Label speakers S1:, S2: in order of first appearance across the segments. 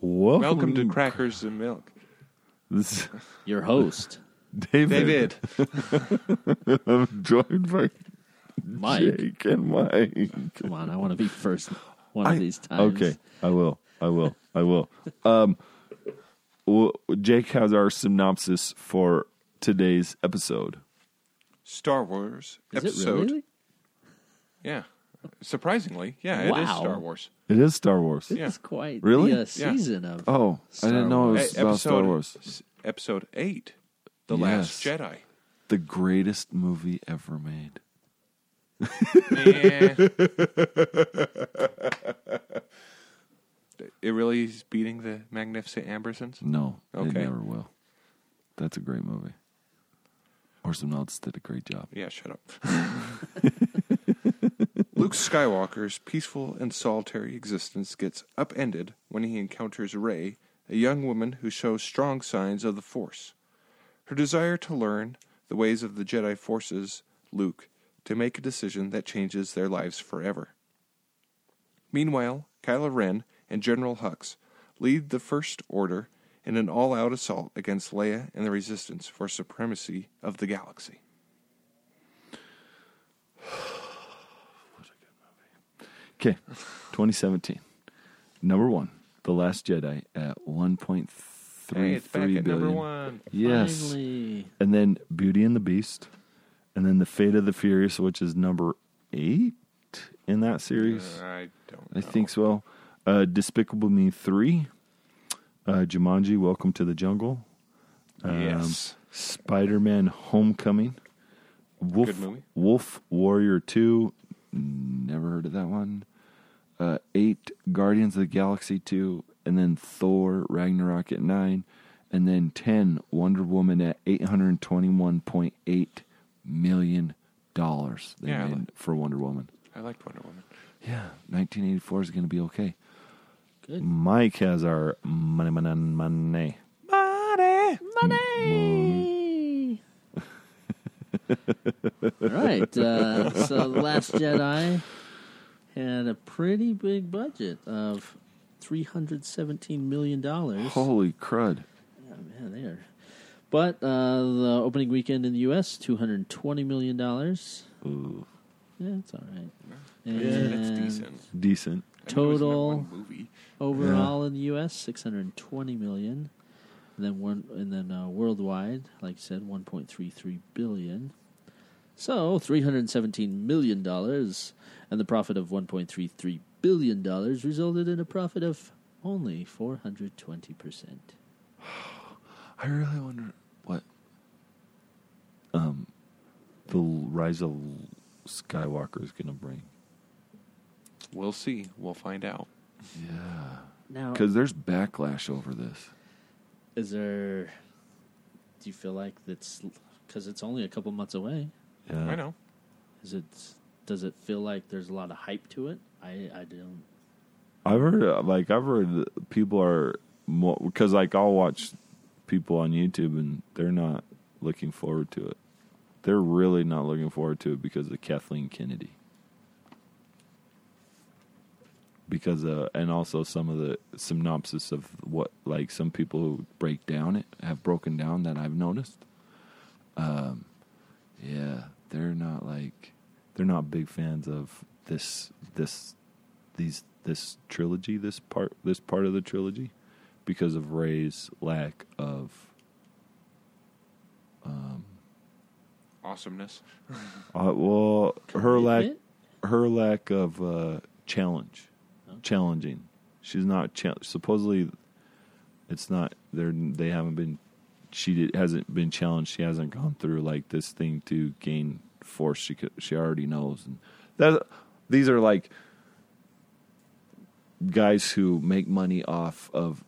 S1: Welcome,
S2: Welcome to Crackers and Milk.
S1: This is
S3: Your host,
S1: David.
S2: David,
S1: I'm joined by
S3: Mike.
S1: Jake and Mike.
S3: Come on, I want to be first one
S1: I-
S3: of these times.
S1: Okay, I will. I will. I will. Um, well, Jake has our synopsis for today's episode.
S2: Star Wars
S3: Is
S2: episode.
S3: it really?
S2: Yeah. Surprisingly, yeah, it is
S3: Wow.
S2: Star Wars.
S1: It is Star Wars.
S2: Yeah.
S3: It's quite
S1: Really?
S3: the uh,
S2: Yeah.
S3: season of.
S1: Oh,
S3: Star
S1: I didn't know it
S2: E-
S1: was about Star Wars.
S2: s- episode 8, The Last
S1: Yes.
S2: Jedi.
S1: The greatest movie ever made.
S2: Yeah. Eh. it really is beating the Magnificent Ambersons?
S1: No, it
S2: Okay.
S1: never will. That's a great movie. Orson Welles did a great job.
S2: Yeah, shut up. Luke Skywalker's peaceful and solitary existence gets upended when he encounters Rey, a young woman who shows strong signs of the Force. Her desire to learn the ways of the Jedi forces Luke to make a decision that changes their lives forever. Meanwhile, Kylo Ren and General Hux lead the First Order in an all out assault against Leia and the Resistance for supremacy of the galaxy.
S1: Okay, 2017. Number one, The Last Jedi at 1.33
S2: Hey, it's back at number
S1: billion.
S2: one.
S1: Yes.
S3: Finally.
S1: And then Beauty and the Beast. And then The Fate of the Furious, which is number eight in that series.
S2: Uh, I don't.
S1: I
S2: Know.
S1: think so. Uh, Despicable Me 3. Uh, Jumanji, Welcome to the Jungle.
S2: yes.
S1: Spider Man Um, Homecoming. Wolf,
S2: Good movie.
S1: Wolf Warrior 2. Never heard of that one. Uh, 8. Guardians of the Galaxy 2. And then Thor Ragnarok at 9. And then 10. Wonder Woman at $821.8 million. They
S2: Yeah, I
S1: made
S2: like-
S1: for Wonder Woman.
S2: I liked Wonder Woman.
S1: Yeah, 1984 is going to be okay.
S3: Good.
S1: Mike has our money, money, money.
S3: Money. All right. Uh, so, The Last Jedi had a pretty big budget of $317 million.
S1: Holy crud.
S3: Yeah, man, they are. But uh, the opening weekend in the U.S., $220 million. Yeah,
S1: Ooh,
S3: it's all right.
S2: That's
S3: And
S2: decent.
S1: decent.
S2: I knew it was number
S3: total-
S2: one movie.
S3: Overall in the U.S., six hundred twenty million, and then one, and then uh, worldwide, like I said, one point three three billion. So three hundred seventeen million dollars, and the profit of one point three three billion dollars resulted in a profit of only four hundred twenty percent.
S1: I really wonder what um the rise of Skywalker is going to bring.
S2: We'll see. We'll find out.
S1: Yeah,
S3: Now,
S1: because there's backlash over this.
S3: is there? Do you feel like that's because it's only a couple months away?
S1: Yeah,
S2: I know.
S3: Is it? Does it feel like there's a lot of hype to it? I I don't.
S1: I've heard uh, like I've heard that people are more because like I'll watch people on YouTube and they're not looking forward to it. They're really not looking forward to it because of Kathleen Kennedy. Because uh, and also some of the synopsis of what like some people who break down it have broken down that I've noticed. Um, yeah, they're not like they're not big fans of this this these this trilogy, this part this part of the trilogy, because of Ray's lack of
S2: Awesomeness.
S1: uh, well her lack
S3: Commitment?
S1: her lack of uh, challenge, challenging. She's not chal- supposedly. It's not they're they haven't been. She did, hasn't been challenged. She hasn't gone through like this thing to gain force. She could, she already knows, and that these are like guys who make money off of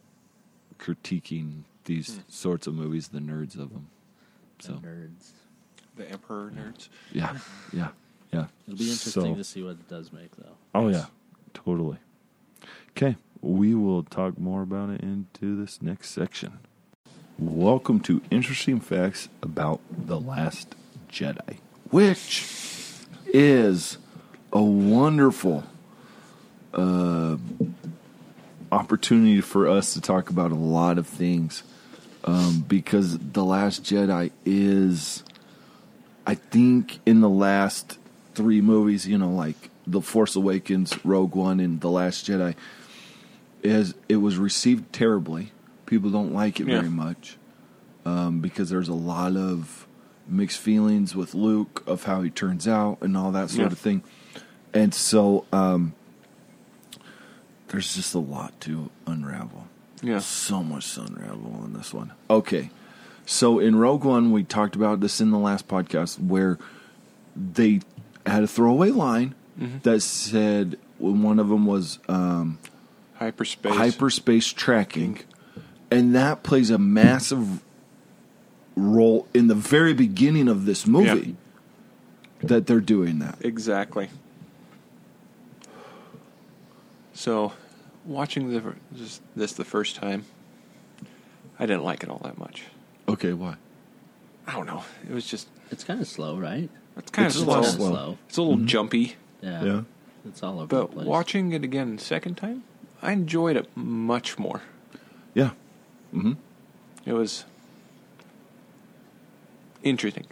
S1: critiquing these sorts of movies. The nerds of them.
S3: the
S1: So
S3: nerds.
S2: The Emperor nerds.
S1: yeah, yeah, yeah.
S3: It'll be interesting
S1: So-
S3: to see what it does make, though.
S1: Oh yeah, totally. Okay, we will talk more about it into this next section. Welcome to interesting facts about the Last Jedi, which is a wonderful uh, opportunity for us to talk about a lot of things um, because The Last Jedi is, I think, in the last three movies, you know, like The Force Awakens, Rogue One, and The Last Jedi, is it was received terribly. People don't like it
S2: Yeah.
S1: very much um, because there's a lot of mixed feelings with Luke of how he turns out and all that sort
S2: Yeah.
S1: of thing. And so um, there's just a lot to unravel.
S2: Yeah.
S1: So much to unravel on this one. Okay. So in Rogue One, we talked about this in the last podcast where they had a throwaway line
S2: Mm-hmm.
S1: that said one of them was um,
S2: Hyperspace.
S1: hyperspace tracking, and that plays a massive role in the very beginning of this movie that they're doing that.
S2: Exactly. So, watching the, this, this the first time, I didn't like it all that much.
S1: Okay, why?
S2: I don't know. It was just
S3: It's kind of slow, right?
S2: it's kind
S1: It's
S2: of
S1: a lot
S2: slow.
S1: Kinda
S3: Kinda
S1: slow. Mm-hmm.
S2: It's a little jumpy.
S3: Yeah.
S1: Yeah.
S3: It's all over the
S2: But
S3: place.
S2: watching it again the second time, I enjoyed it much more.
S1: Yeah.
S2: It was interesting.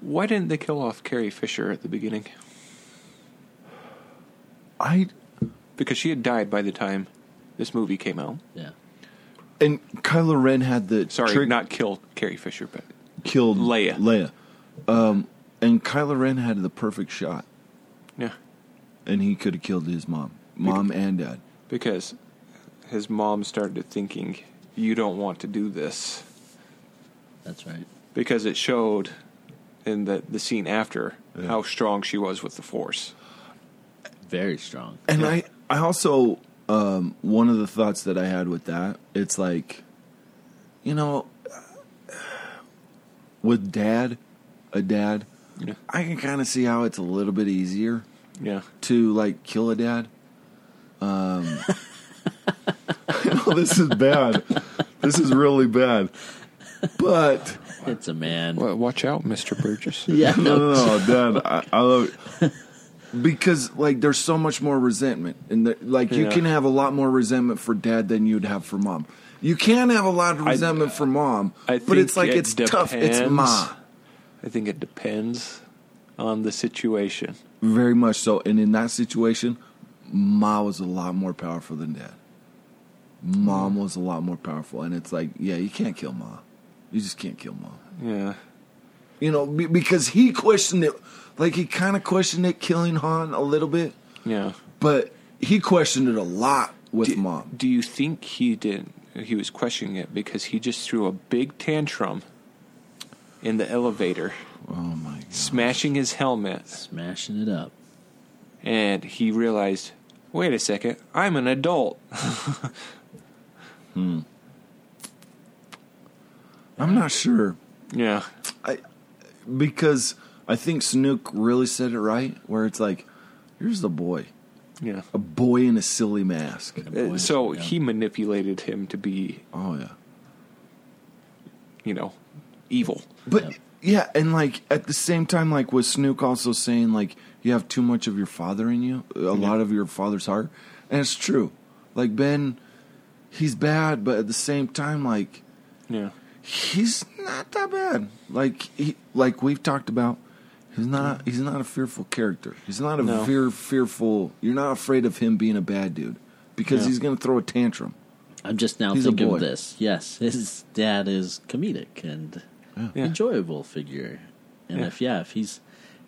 S2: Why didn't they kill off Carrie Fisher at the beginning?
S1: I
S2: Because she had died by the time this movie came out.
S3: yeah.
S1: and Kylo Ren had the
S2: Sorry,
S1: trick
S2: not kill Carrie Fisher, but
S1: killed
S2: Leia.
S1: Leia. Um and Kylo Ren had the perfect shot
S2: yeah,
S1: and he could have killed his mom. Mom and dad.
S2: because his mom started thinking, "You don't want to do this,"
S3: That's right.
S2: because it showed in the the scene after how strong she was with the Force.
S3: Very strong.
S1: And I, I also, um, one of the thoughts that I had with that, it's like, you know, with dad, a dad,
S2: Yeah.
S1: I can kind of see how it's a little bit easier
S2: Yeah,
S1: to like kill a dad. Um, no, this is bad. This is really bad. But
S3: It's a man.
S2: well, watch out, Mister Burgess.
S3: Yeah.
S1: no, no, no, Dad. I, I love because like there's so much more resentment, and the, like you
S2: Yeah.
S1: can have a lot more resentment for Dad than you'd have for Mom. You can have a lot of resentment for Mom,
S2: I
S1: but it's
S2: think
S1: like
S2: it
S1: it's tough. It's
S2: depends.
S1: Ma,
S2: I think it depends on the situation.
S1: very much so. And in that situation, Ma was a lot more powerful than Dad. Mom
S2: Mm.
S1: was a lot more powerful, and it's like, yeah, you can't kill Ma. You just can't kill Mom.
S2: Yeah,
S1: You know, be- because he questioned it. Like he kind of questioned it, killing Han a little bit.
S2: yeah.
S1: but he questioned it a lot with mom.
S2: Do you think he did? He was questioning it because he just threw a big tantrum in the elevator,
S1: Oh my god!
S2: smashing his helmet,
S3: Smashing it up.
S2: and he realized, wait a second, I'm an adult.
S1: I'm not sure
S2: yeah,
S1: because I think Snook really said it right, where it's like, "Here's the boy,
S2: yeah.
S1: a boy in a silly mask."
S2: Uh, So
S3: Yeah.
S2: he manipulated him to be,
S1: Oh yeah,
S2: you know, evil.
S1: but
S3: Yep.
S1: yeah, and like at the same time, like with Snook also saying like you have too much of your father in you, a lot of your father's heart, and it's true. Like Ben, he's bad, but at the same time, like
S2: Yeah,
S1: he's not that bad. Like he, like we've talked about, he's not he's not a fearful character. He's not a
S2: No.
S1: fear fearful. You're not afraid of him being a bad dude because
S2: Yeah.
S1: he's going to throw a tantrum.
S3: I'm just now
S1: He's a
S3: thinking
S1: boy.
S3: of this. Yes, his dad is comedic and
S2: Yeah.
S3: enjoyable figure. And
S2: Yeah.
S3: if yeah, if he's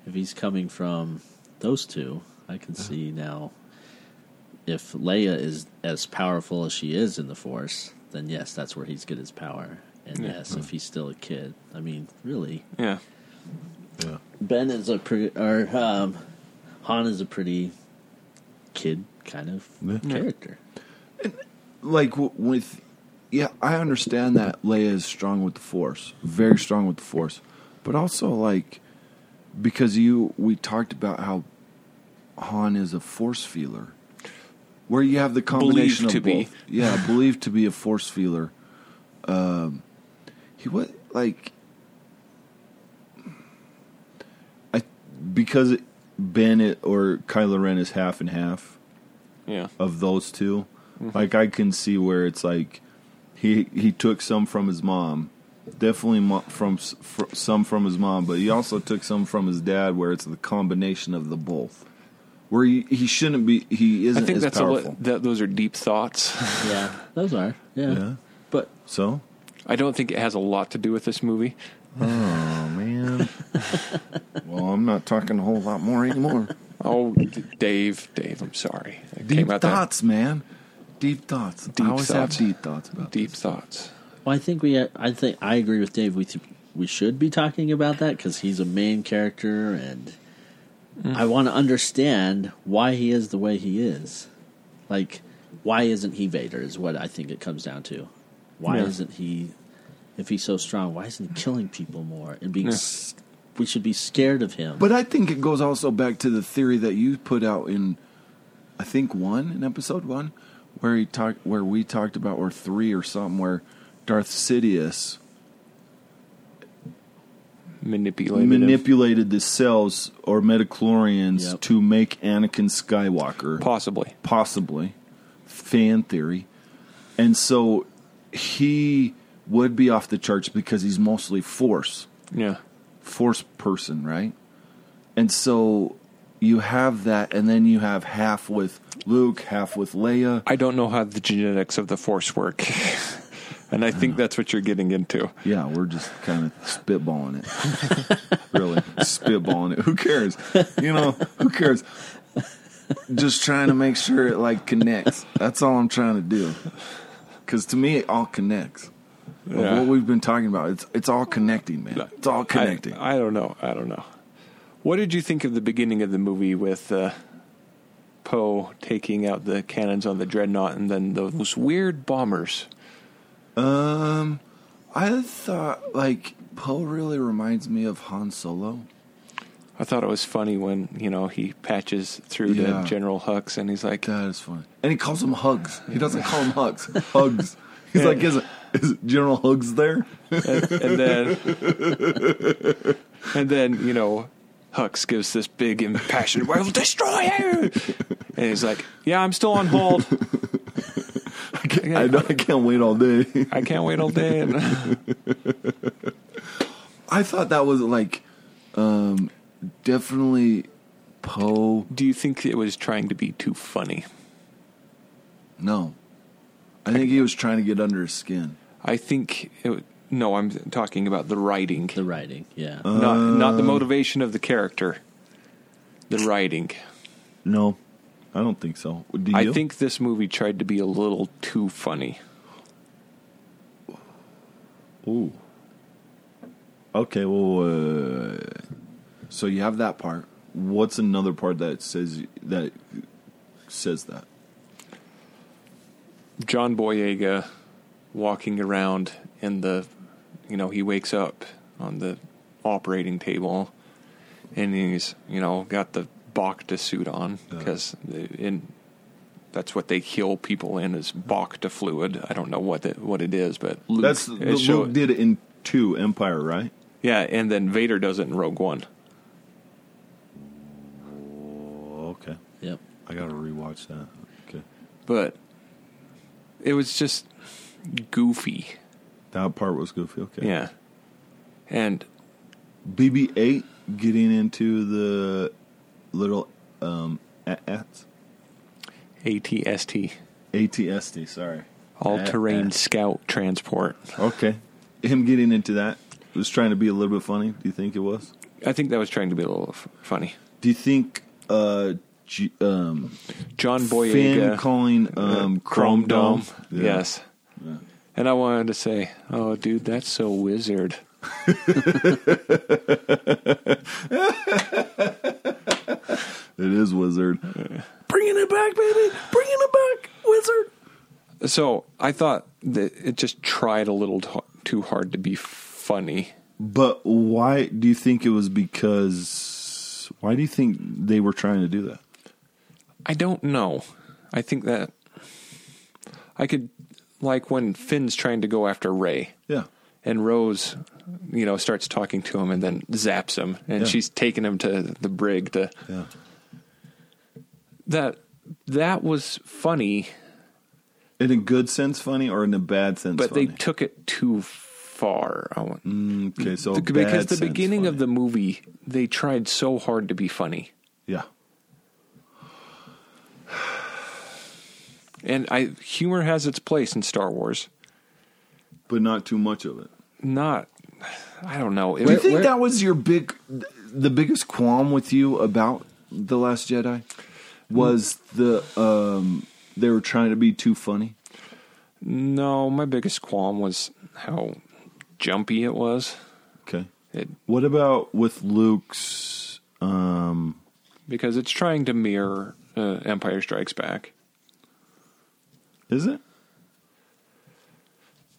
S3: if he's coming from those two, I can see now if Leia is as powerful as she is in the Force, then yes, that's where he's get his power. And
S2: Yeah.
S3: yes, if he's still a kid, I mean, really,
S2: yeah,
S1: Yeah,
S3: Ben is a pretty, or um, Han is a pretty kid kind of
S1: Yeah. Yeah.
S3: character.
S1: like w- with yeah, I understand that Leia is strong with the Force, very strong with the Force, but also like because you we talked about how Han is a Force feeler, where you have the combination
S2: Believed
S1: of
S2: to be.
S1: both. Yeah, believed to be a Force feeler. Um, he was like I because Ben or Kylo Ren is half and half
S2: yeah.
S1: of those two. Like I can see where it's like he he took some from his mom, definitely mo- from s- fr- some from his mom, but he also took some from his dad, where it's the combination of the both. Where he, he shouldn't be, he
S2: I
S1: isn't
S2: think
S1: as
S2: that's a,
S1: powerful.
S2: lot- that those are deep thoughts.
S3: Yeah, those are. Yeah.
S1: yeah.
S2: but
S1: So,
S2: I don't think it has a lot to do with this movie.
S1: oh man. well, I'm not talking a whole lot more anymore.
S2: Oh, D- Dave, Dave, I'm sorry. It
S1: Deep
S2: out that-
S1: thoughts, man. Deep thoughts.
S2: Deep
S1: I always
S2: thoughts.
S1: have deep thoughts about
S2: Deep thoughts.
S3: Well, I think we. I think I agree with Dave. We th- we should be talking about that because he's a main character, and I want to understand why he is the way he is. Like, why isn't he Vader? Is what I think it comes down to. Why
S2: Yeah.
S3: isn't he? If he's so strong, why isn't he killing people more and being?
S2: Yeah.
S3: s we should be scared of him.
S1: But I think it goes also back to the theory that you put out in, I think one in episode one, where he talked, where we talked about, or three or something, where Darth Sidious
S2: Manipulative.
S1: manipulated the cells or metachlorians
S3: Yep.
S1: to make Anakin Skywalker,
S2: Possibly.
S1: possibly, fan theory, and so he would be off the charts because he's mostly Force.
S2: Yeah.
S1: force person, right? And so you have that, and then you have half with Luke, half with Leia.
S2: I don't know how the genetics of the force work. and I think that's what you're getting into.
S1: Yeah, we're just kind of spitballing it. really, spitballing it. Who cares? You know, who cares? Just trying to make sure it like connects. That's all I'm trying to do. Because to me, it all connects. Of
S2: Yeah.
S1: What we've been talking about, it's it's all connecting, man. It's all connecting.
S2: I, I don't know. I don't know. What did you think of the beginning of the movie with uh, Poe taking out the cannons on the dreadnought and then those weird bombers?
S1: Um, I thought like Poe really reminds me of Han Solo.
S2: I thought it was funny when you know he patches through
S1: Yeah.
S2: to General Hux and he's like,
S1: That is funny, and he calls him Hugs. He doesn't call him Hugs. Hugs. He's like, is, is General Hugs there?
S2: and, and then and then you know Hux gives this big impassioned, "I will destroy you," and he's like, "Yeah, I'm still on hold.
S1: I, can't, I, know, I can't wait all day.
S2: I can't wait all day." And
S1: I thought that was like, um, definitely Poe.
S2: do you think it was trying to be too funny?
S1: No, I think he was trying to get under his skin.
S2: I think it, no, I'm talking about the writing,
S3: the writing, yeah.
S2: not not the motivation of the character. The writing.
S1: No, I don't think so. Do you?
S2: I think this movie tried to be a little too funny.
S1: Ooh. Okay, well, uh, so you have that part. What's another part that says that says that?
S2: John Boyega walking around in the, you know, he wakes up on the operating table and he's, you know, got the Bacta suit on because in that's what they kill people in is Bacta fluid. I don't know what it, what it is, but Luke,
S1: That's
S2: it
S1: Luke
S2: show-
S1: did it in two Empire, right?
S2: yeah, and then Vader does it in Rogue One.
S1: Oh, okay.
S3: Yep.
S1: I gotta rewatch that. Okay,
S2: But it was just goofy.
S1: that part was goofy. Okay,
S2: Yeah. And
S1: BB-8 getting into the little um at
S2: ATST,
S1: ATST. Sorry,
S2: all terrain
S1: AT-AT.
S2: scout transport.
S1: Okay, him getting into that was trying to be a little bit funny. Do you think it was?
S2: I think that was trying to be a little f- funny.
S1: Do you think uh, G- um,
S2: John
S1: Finn
S2: Boyega,
S1: calling um,
S2: uh,
S1: Chrome Dome? Yeah.
S2: Yes. And I wanted to say, oh, dude, that's so wizard.
S1: It is Wizard.
S2: Bringing it back, baby. Bringing it back, wizard. So I thought that it just tried a little t- too hard to be funny.
S1: But why do you think it was because. Why do you think they were trying to do that?
S2: I don't know. I think that I could, like when Finn's trying to go after Ray.
S1: Yeah.
S2: and Rose, you know, starts talking to him and then zaps him, and
S1: Yeah.
S2: she's taking him to the brig. To
S1: Yeah.
S2: that, that was funny,
S1: in a good sense funny or in a bad sense
S2: but
S1: funny?
S2: they took it too far. I want,
S1: okay, so
S2: The- because
S1: bad
S2: the
S1: sense
S2: beginning of
S1: funny.
S2: the movie, they tried so hard to be funny,
S1: Yeah.
S2: and I humor has its place in Star Wars.
S1: But not too much of it.
S2: Not, I don't know. It,
S1: Do you
S2: was-
S1: think
S3: where-
S1: that was your big, the biggest qualm with you about the Last Jedi, was the um they were trying to be too funny.
S2: no, my biggest qualm was how jumpy it was.
S1: Okay.
S2: It
S1: What about with Luke's? Um,
S2: because it's trying to mirror uh, Empire Strikes Back.
S1: is it?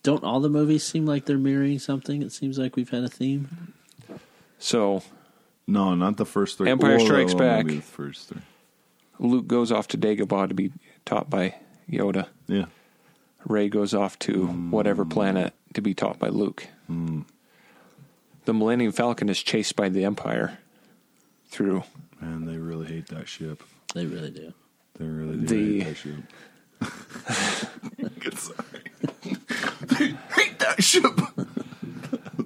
S3: Don't all the movies seem like they're mirroring something? It seems like we've had a theme.
S2: So
S1: No, not the first three.
S2: Empire Strikes
S1: well, maybe
S2: Back.
S1: The first three.
S2: Luke goes off to Dagobah to be taught by Yoda.
S1: Yeah.
S2: Ray goes off to whatever planet to be taught by Luke. The Millennium Falcon is chased by the Empire through
S1: Man, they really hate that ship.
S3: They really do.
S1: They really do
S2: The-
S1: hate that ship. Sorry. they hate that ship.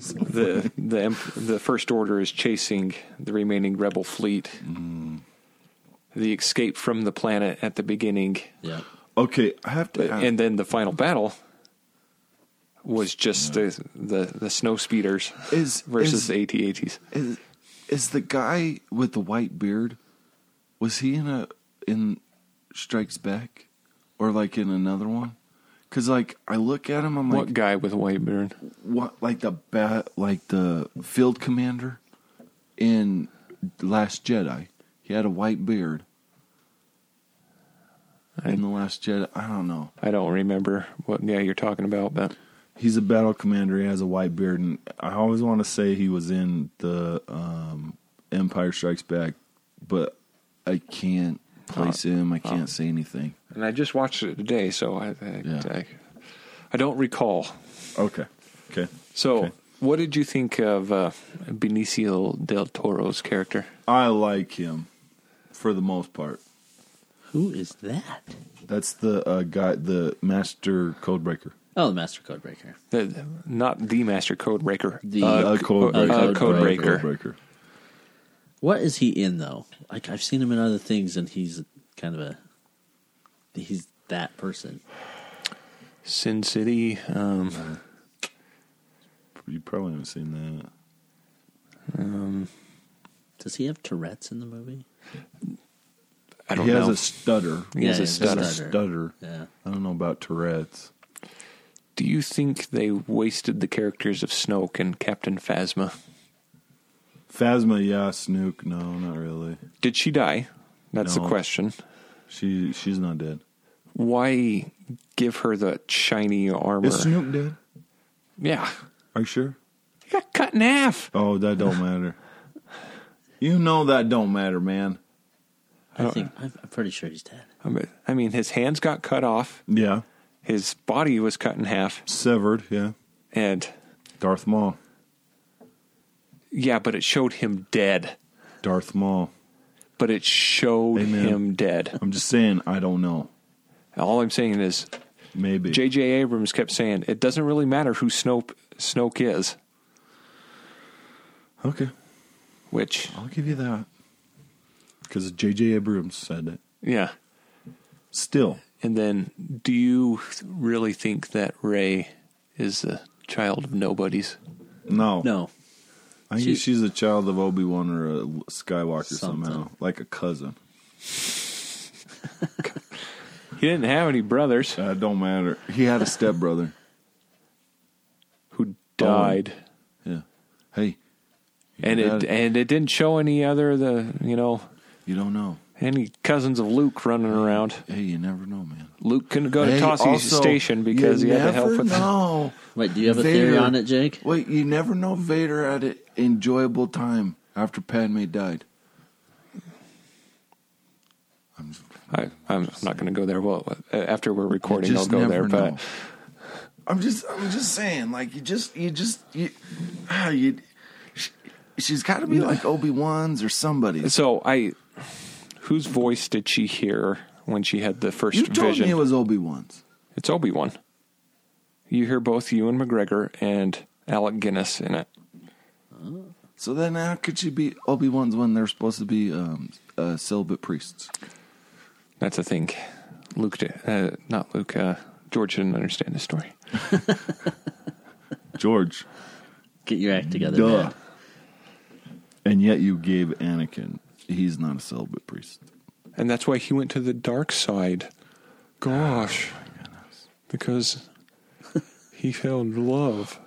S2: the the em- the First Order is chasing the remaining Rebel fleet. The escape from the planet at the beginning,
S3: Yeah.
S1: Okay, I have to. ask-
S2: and then the final battle was just the the the snow speeders
S1: Is- is-
S2: versus the AT-ATs.
S1: Is is the guy with the white beard? Was he in a in Strikes Back, or like in another one? Because like I look at him, I'm
S2: What
S1: like,
S2: guy with a white beard?
S1: what? Like the bat, like the field commander in Last Jedi. He had a white beard. In the Last Jedi, I don't know.
S2: I don't remember what guy you're talking about, but
S1: He's a battle commander. He has a white beard, and I always want to say he was in the um, Empire Strikes Back, but I can't place him. I can't say anything.
S2: and I just watched it today, so I I,
S1: Yeah.
S2: I, I don't recall.
S1: Okay. Okay.
S2: So,
S1: Okay.
S2: what did you think of uh, Benicio del Toro's character?
S1: I like him for the most part.
S3: Who is that?
S1: That's the uh, guy, the master codebreaker.
S3: Oh, the Master Code Breaker.
S2: The, not the master code breaker.
S3: The-
S1: Uh,
S3: Uh,
S1: code
S2: co-
S1: breaker.
S2: uh,
S3: codebreaker.
S2: code breaker.
S1: Codebreaker.
S3: What is he in though? Like I've seen him in other things, and he's kind of a he's that person.
S2: Sin City. Um,
S1: You probably haven't seen that.
S3: Does he have Tourette's in the movie?
S2: I don't
S1: he
S2: know.
S1: has a stutter.
S2: He has
S3: Yeah,
S2: a
S3: yeah,
S2: stutter.
S1: He has a stutter.
S3: Yeah.
S1: I don't know about Tourette's.
S2: Do you think they wasted the characters of Snoke and Captain Phasma?
S1: Phasma, yeah. Snook, no, not really.
S2: Did she die? That's
S1: No.
S2: the question.
S1: She she's not dead.
S2: Why give her the shiny armor?
S1: Is Snoop dead?
S2: yeah.
S1: Are you sure?
S2: He got cut in half.
S1: Oh, that don't matter. You know that don't matter, man.
S3: I think I'm, I'm pretty sure he's dead.
S2: I mean- I mean, his hands got cut off.
S1: Yeah,
S2: His body was cut in half.
S1: severed. Yeah,
S2: And
S1: Darth Maul.
S2: yeah, but it showed him dead.
S1: Darth Maul.
S2: But it showed
S1: Amen.
S2: him dead.
S1: I'm just saying. I don't know.
S2: All I'm saying is
S1: Maybe.
S2: J.J. Abrams kept saying it doesn't really matter who Snoke Snoke is,
S1: okay,
S2: which
S1: I'll give you that. Because J.J. Abrams said it.
S2: yeah.
S1: Still,
S2: And then, do you really think that Ray is the child of nobodies?
S1: no,
S3: No,
S1: I think
S3: she-
S1: she's a child of Obi Wan or a Skywalker somehow,
S3: Something.
S1: like a cousin.
S2: He didn't have any brothers
S1: Uh, don't matter. He had a stepbrother.
S2: who died,
S1: Yeah. Hey, you
S2: and it
S1: gotta-
S2: and it didn't show any other of the you know
S1: you don't know.
S2: any cousins of Luke running around.
S1: Hey, you never know, man.
S2: Luke couldn't go to
S1: Hey,
S2: Tossie's
S1: also,
S2: station because he
S1: you
S2: had to help
S1: never
S2: with
S1: know.
S3: Wait, do you have a
S1: Vader-
S3: theory on it, Jake?
S1: Wait, you never know. Vader had an enjoyable time after Padme died. I'm
S2: I, I'm not going to go there. Well, uh, after we're
S1: you
S2: recording, I'll
S1: just
S2: go
S1: never
S2: there.
S1: know.
S2: But
S1: I'm just, I'm just saying, like you just, you just, you, ah, you she, she's got to be like Obi Wan's or somebody's.
S2: so I, whose voice did she hear when she had the first
S1: You told
S2: vision?
S1: me it was Obi Wan's.
S2: It's Obi Wan. You hear both Ewan McGregor and Alec Guinness in it.
S1: So then, how could she be Obi Wan's when they're supposed to be um, uh, celibate priests?
S2: That's a thing. Luke, di- uh, not Luke. Uh, George didn't understand the story.
S1: George,
S3: Get your act together.
S1: duh.
S3: man.
S1: And yet, you gave Anakin. He's not a celibate priest.
S2: And that's why he went to the dark side. Gosh. because he fell in love.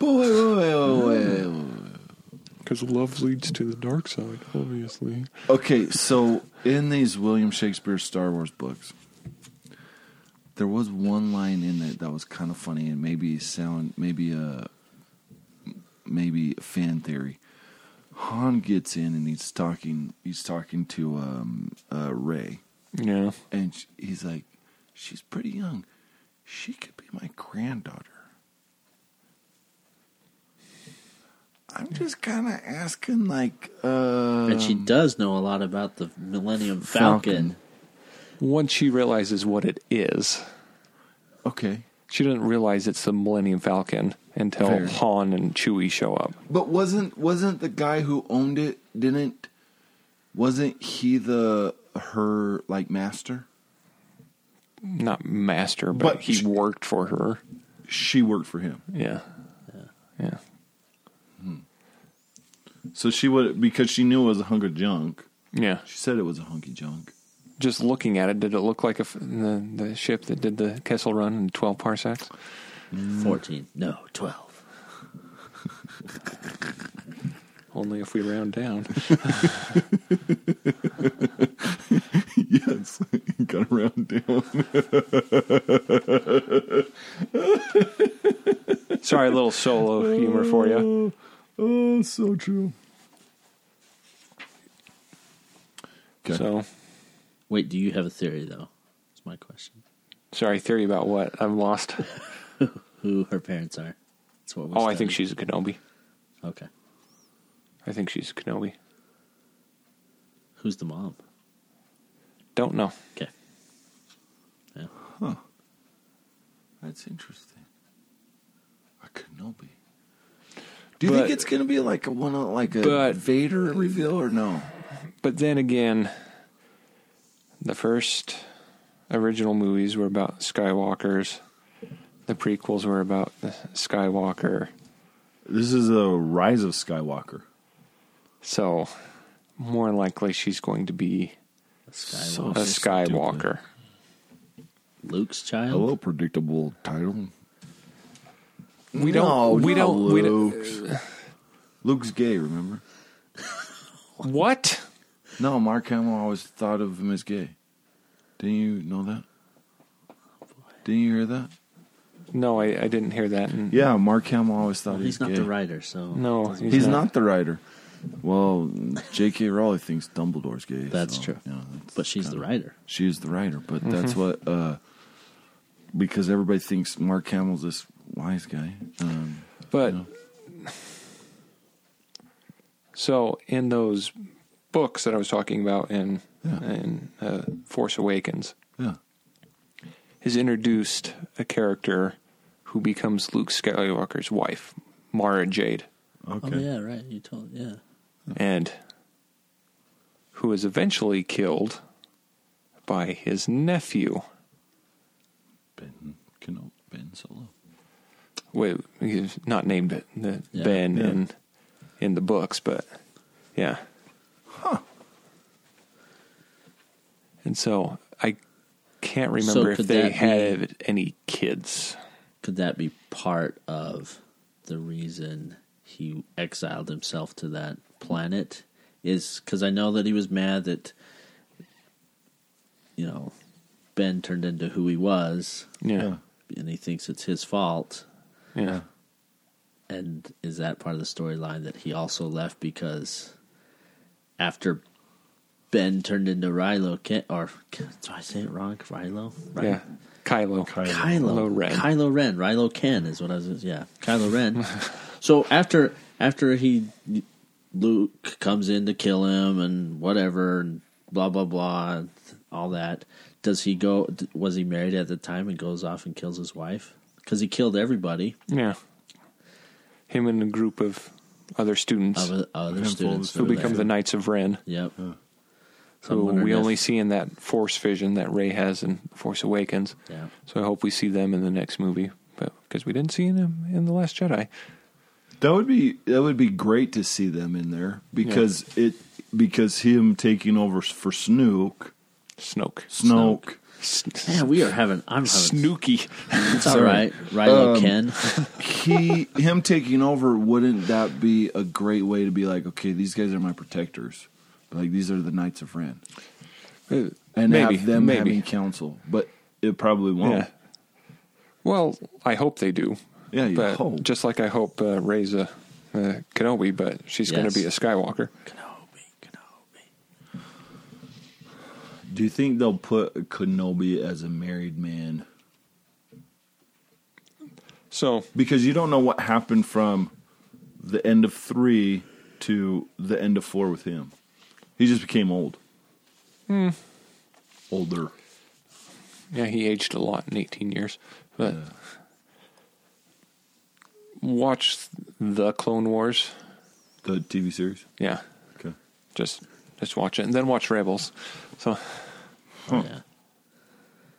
S2: Because love leads to the dark side, obviously.
S1: Okay, so in these William Shakespeare Star Wars books, there was one line in it that was kind of funny and maybe sound maybe a maybe a fan theory. Han gets in and he's talking he's talking to um uh Ray
S2: Yeah.
S1: and sh- he's like she's pretty young. She could be my granddaughter. I'm just kind of asking like uh
S3: and
S2: Um,
S3: she does know a lot about the Millennium Falcon.
S1: Falcon.
S2: Once she realizes what it is,
S1: okay.
S2: she doesn't realize it's the Millennium Falcon until
S1: Fair.
S2: Han and Chewie show up.
S1: But wasn't wasn't the guy who owned it didn't wasn't he the her like master?
S2: Not master, but,
S1: But
S2: he
S1: she-
S2: worked for her.
S1: She worked for him.
S2: Yeah. Yeah.
S1: So she would because she knew it was a hunk of junk.
S2: Yeah.
S1: She said it was a hunky junk.
S2: Just looking at it, did it look like a f the, the ship that did the Kessel Run in 12 parsecs? Mm.
S3: 14. No, 12.
S2: Only if we round down.
S1: yes. Got around down.
S2: Sorry, a little solo humor for you.
S1: Oh, so true. Okay.
S2: So,
S3: Wait, do you have a theory, though? That's my question.
S2: sorry, theory about what? I'm lost.
S3: Who her parents are. That's what we
S2: Oh, I think
S3: studied.
S2: she's a Kenobi.
S3: Okay.
S2: I think she's a Kenobi.
S3: Who's the mom?
S2: Don't know.
S3: Okay. Yeah.
S1: That's interesting. A Kenobi. Do you
S2: But-
S1: think it's gonna be like a one of like a
S2: But-
S1: Vader reveal or no?
S2: But then again, the first original movies were about Skywalkers. The prequels were about the Skywalker.
S1: This is a Rise of Skywalker.
S2: So, more likely she's going to be
S3: A
S1: So-
S2: a
S3: Skywalker.
S1: Oh, so stupid.
S2: Skywalker.
S3: Luke's child?
S1: Hello, predictable title.
S2: We don't- we don't- we don't-
S1: Luke's. Luke's gay. Remember?
S2: What?
S1: No, Mark Hamill always thought of him as gay. Didn't you know that? Didn't you hear that?
S2: No, I, I didn't hear that. And
S1: Yeah, Mark Hamill always thought
S3: Well,
S1: he was
S3: he's not
S1: gay.
S3: the writer, so.
S2: No,
S3: Doesn't-
S1: He's, not. the writer. Well, J.K. Rowling thinks Dumbledore's gay.
S3: That's
S1: so,
S3: true.
S1: you know, that's
S3: But she's the
S1: kinda-
S3: writer.
S1: She is the writer, but
S2: Mm-hmm.
S1: that's what. uh Because everybody thinks Mark Hamill's this wise guy. Um,
S2: But
S1: Yeah.
S2: so in those books that I was talking about in
S1: Yeah.
S2: in uh, Force Awakens
S1: yeah.
S2: is introduced a character who becomes Luke Skywalker's wife, Mara Jade,
S1: Okay.
S3: Oh, yeah, right. You told, yeah. Mm-hmm.
S2: and who is eventually killed by his nephew.
S1: Ben, Kenobi, ben Solo.
S2: Wait, he's not named it, the
S3: Yeah.
S2: Ben
S1: Yeah.
S2: in in the books, but yeah. Huh. And so I can't
S3: So
S2: remember if
S3: could
S2: they
S3: that be-
S2: had any kids.
S3: Could that be part of the reason he exiled himself to that planet? Is because I know that he was mad that, you know, Ben turned into who he was,
S2: Yeah.
S3: and he thinks it's his fault.
S2: Yeah.
S3: And is that part of the storyline that he also left because after Ben turned into Rilo, Ken, or did I say it wrong? Rilo? Right?
S2: Yeah. Kylo.
S3: Kylo,
S2: Kylo Ren.
S3: Kylo Ren. Rilo Ken is what I was. Yeah, Kylo Ren. so after after he Luke comes in to kill him and whatever and blah blah blah and all that. Does he go? d- Was he married at the time and goes off and kills his wife? Because he killed everybody
S2: Yeah. Him and a group of other students
S3: of o- other
S1: Handful of
S3: students.
S2: who
S1: Really?
S2: become the Knights of Ren,
S3: Yep. So I'm
S2: who
S3: wondering
S2: we
S3: if-
S2: only see in that Force vision that Ray has in Force Awakens.
S3: Yeah.
S2: So I hope we see them in the next movie, but because we didn't see them in the Last Jedi.
S1: That would be that would be great to see them in there because it because him taking over for Snook
S2: Snoke.
S1: Snoke,
S3: Man, we are having. I'm having.
S2: Snooky.
S3: it's all right, Rilo
S2: Um,
S3: Ken.
S1: he him taking over wouldn't that be a great way to be like okay these guys are my protectors like these are the Knights of Ren
S2: And
S1: and have them having counsel but it probably won't
S2: Yeah. Well, I hope they do.
S1: Oh. Yeah, you
S2: but
S1: hope.
S2: Just like I hope uh, Rey's a uh, Kenobi, but she's going
S3: Yes.
S2: to be a Skywalker.
S3: Kenobi, Kenobi.
S1: do you think they'll put Kenobi as a married man
S2: So
S1: because you don't know what happened from the end of three to the end of four with him. He just became old.
S2: Hmm.
S1: Older.
S2: yeah, he aged a lot in 18 years, but watch the Clone Wars.
S1: The TV series.
S2: Yeah,
S1: Okay.
S2: just just watch it, and then watch Rebels. So
S1: Huh.
S3: Yeah.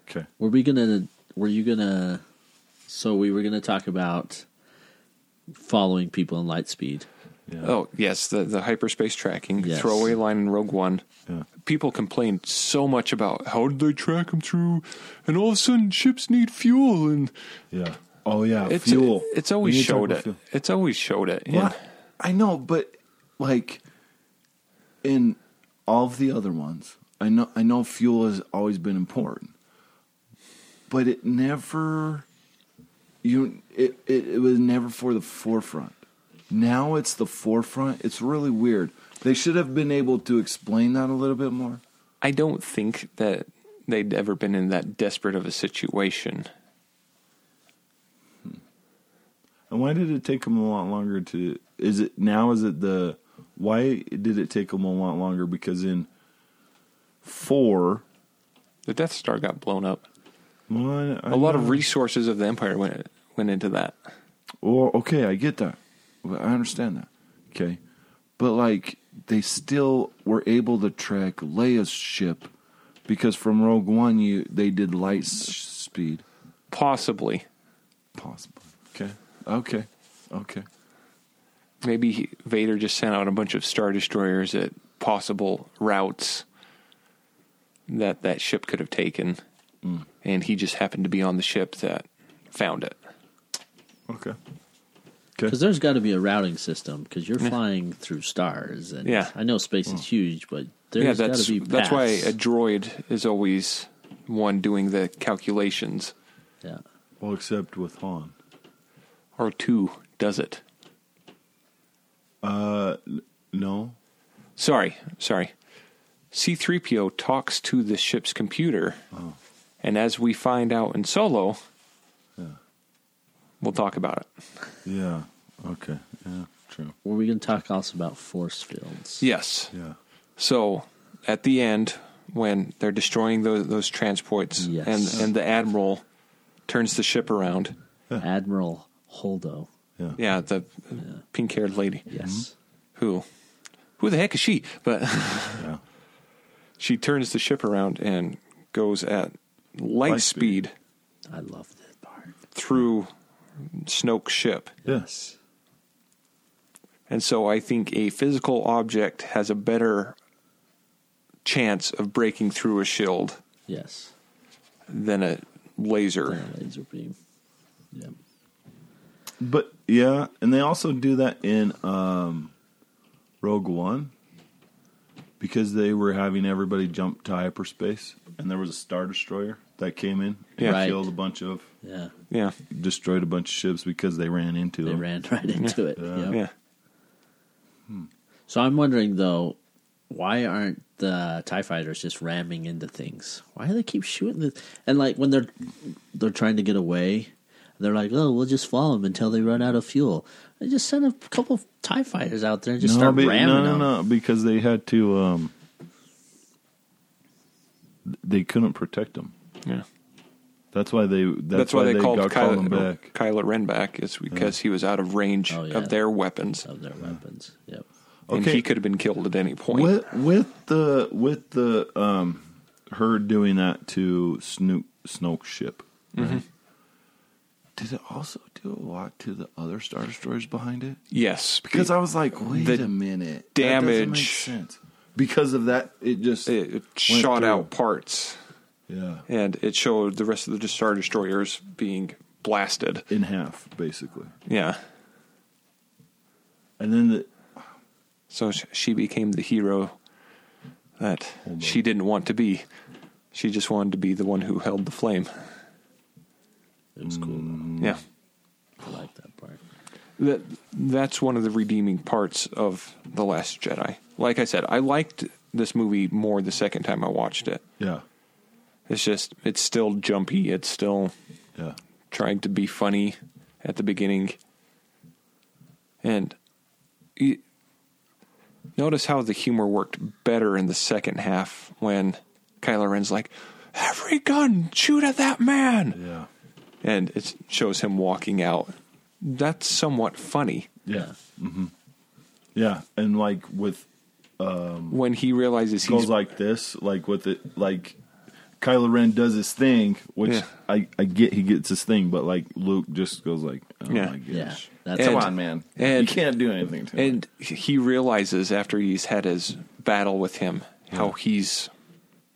S1: Okay.
S3: Were we gonna? Were you gonna? So we were gonna talk about following people in light speed.
S1: Yeah.
S2: Oh yes, the the hyperspace tracking
S3: Yes.
S2: throwaway line in Rogue One.
S1: Yeah.
S2: People complained so much about how did they track them through, and all of a sudden ships need fuel, and
S1: Yeah. Oh yeah.
S2: it's
S1: fuel.
S2: it's
S1: We
S2: always
S1: need to talk
S2: showed
S1: about
S2: it.
S1: fuel.
S2: It's always showed it.
S1: Well,
S2: Yeah.
S1: I know, but like in all of the other ones, I know I know fuel has always been important, but it never you it it, it was never for the forefront. Now it's the forefront. It's really weird. They should have been able to explain that a little bit more.
S2: I don't think that they'd ever been in that desperate of a situation.
S1: And why did it take them a lot longer to? Is it now? Is it the? Why did it take them a lot longer? Because in four,
S2: The Death Star got blown up.
S1: well, I- I
S2: A lot
S1: know.
S2: of resources of the Empire went went into that.
S1: Well, okay, I get that. I understand that. Okay. But like they still were able to track Leia's ship because from Rogue One you they did light s- speed
S2: Possibly,
S1: possible. Okay. Okay. Okay.
S2: maybe he- Vader just sent out a bunch of star destroyers at possible routes that that ship could have taken,
S3: Mm.
S2: and he just happened to be on the ship that found it.
S1: Okay.
S3: Because there's got to be a routing system because you're
S2: Yeah.
S3: flying through stars, and
S2: Yeah. Hmm.
S3: I know space is huge, but
S2: yeah,
S3: there's got
S2: that's
S3: to be
S2: that's why
S3: paths.
S2: a droid is always one doing the calculations,
S3: yeah,
S1: Well, except with Han.
S2: or two does it.
S1: No.
S2: Sorry, sorry. C3PO talks to the ship's computer. And as we find out in Solo, we'll talk about it.
S1: Yeah. Okay. Yeah. True.
S3: were we going to talk also about force fields?
S2: Yes.
S1: Yeah.
S2: So at the end, when they're destroying those, those transports
S3: Yes.
S2: and, and the Admiral turns the ship around,
S3: Admiral Holdo.
S1: Yeah.
S2: yeah, the pink haired lady.
S3: Yes.
S2: who who the heck is she but she turns the ship around and goes at light,
S1: Light
S2: speed,
S1: speed.
S3: I love that part.
S2: through snoke's ship
S1: Yes.
S2: and so i think a physical object has a better chance of breaking through a shield
S3: Yes.
S2: than a laser
S3: Yeah, laser beam. Yeah.
S1: But yeah, and they also do that in um, Rogue One because they were having everybody jump to hyperspace, and there was a star destroyer that came in and
S2: Yeah.
S3: Right.
S1: killed a bunch of,
S3: Yeah.
S2: yeah
S1: destroyed a bunch of ships because they ran into
S3: They
S1: them.
S3: ran right into it.
S1: Uh,
S2: yeah,
S3: Yep. So I'm wondering though, why aren't the Tie Fighters just ramming into things? Why do they keep shooting? The, and like when they're they're trying to get away, they're like, "Oh, we'll just follow them until they run out of fuel." They just send a couple of Tie Fighters out there and just start
S1: but-
S3: ramming
S1: no, no,
S3: them.
S1: no, because they had to. Um, they couldn't protect him.
S2: Yeah.
S1: That's why they. That's,
S2: That's, why, they, called
S1: got
S2: Kylo,
S1: called him
S2: no,
S1: back.
S2: Kylo Ren back. It's because he was out of range
S3: Oh, yeah.
S2: of their weapons,
S3: of their weapons. Yep.
S2: and
S1: Okay.
S2: he could have been killed at any point.
S1: With with the with the um, her doing that to Snoop Snoke's ship,
S2: Mm-hmm.
S1: right? Did it also do a lot to the other Star Destroyers behind it?
S2: Yes,
S1: Because I was like, wait
S2: the
S1: a minute, that doesn't make
S2: damage-
S1: sense. Because of that, it just
S2: it, it shot
S1: through.
S2: out parts,
S1: yeah
S2: and it showed the rest of the Star Destroyers being blasted.
S1: in half basically,
S2: Yeah,
S1: and then the,
S2: so sh- she became the hero that she didn't want to be. She just wanted to be the one who held the flame.
S3: It was cool. though.
S2: Yeah,
S3: I like that part.
S2: that that's one of the redeeming parts of the Last Jedi. Like I said, I liked this movie more the second time I watched it.
S1: yeah
S2: It's just it's still jumpy. It's still
S1: yeah
S2: trying to be funny at the beginning. And you notice how the humor worked better in the second half when Kylo Ren's like, "Every gun, shoot at that man,"
S1: yeah
S2: and it shows him walking out. That's somewhat funny.
S1: yeah hmm yeah, and like with
S2: When he realizes
S1: goes
S2: he's
S1: like this, like with it, like Kylo Ren does his thing, which
S2: Yeah.
S1: I, I get he gets his thing, but like Luke just goes like, oh
S2: Yeah.
S1: my
S3: Yeah,
S1: gosh,
S3: that's
S1: come
S2: And-
S1: on, man,
S2: and-
S1: you can't do anything to him.
S2: And he realizes after he's had his battle with him how he's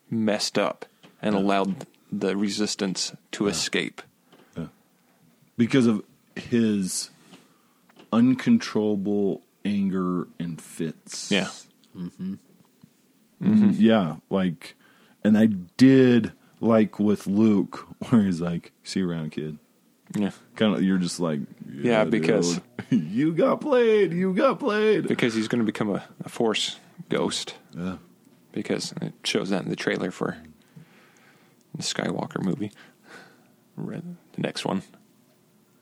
S2: messed up and allowed the resistance to escape.
S1: because of his uncontrollable anger and fits.
S2: Yeah.
S1: Mm-hmm. yeah, like, and I did like with Luke where he's like, "See you around, kid."
S2: Yeah.
S1: Kind of, you're just like,
S2: Yeah, because-
S1: dude. you got played, you got played.
S2: Because he's going to become a, a force ghost
S1: yeah.
S2: because it shows that in the trailer for the Skywalker movie. Re- The next one.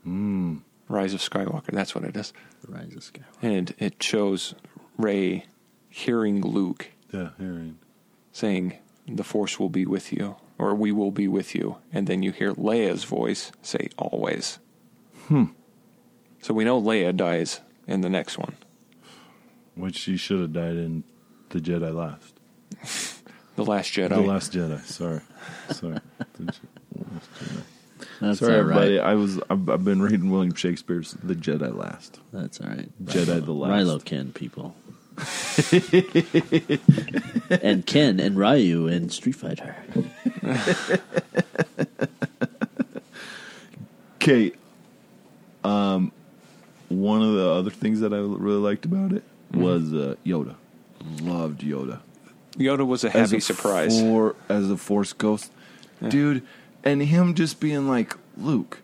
S1: Hmm.
S2: Rise of Skywalker. That's what it is.
S3: the Rise of Skywalker.
S2: And it shows Ray hearing Luke
S1: Yeah, hearing.
S2: saying, The Force will be with you, or we will be with you. And then you hear Leia's voice say, Always. Hmm. So we know Leia dies in the next one.
S1: Which she should have died in The Jedi Last.
S2: The Last Jedi.
S1: The Last Jedi, sorry. Sorry. The Je- Last Jedi.
S3: That's
S1: sorry,
S3: all right.
S1: everybody. I was, I've, I've been reading William Shakespeare's The Jedi Last.
S3: That's all right.
S1: Jedi the Last.
S3: Rilo Ken people. and Ken and Ryu and Street Fighter.
S1: Okay. Um, one of the other things that I really liked about it was uh, Yoda. Loved Yoda.
S2: Yoda was a
S1: As
S2: heavy surprise.
S1: For, as a Force ghost. Dude, and him just being like, Luke,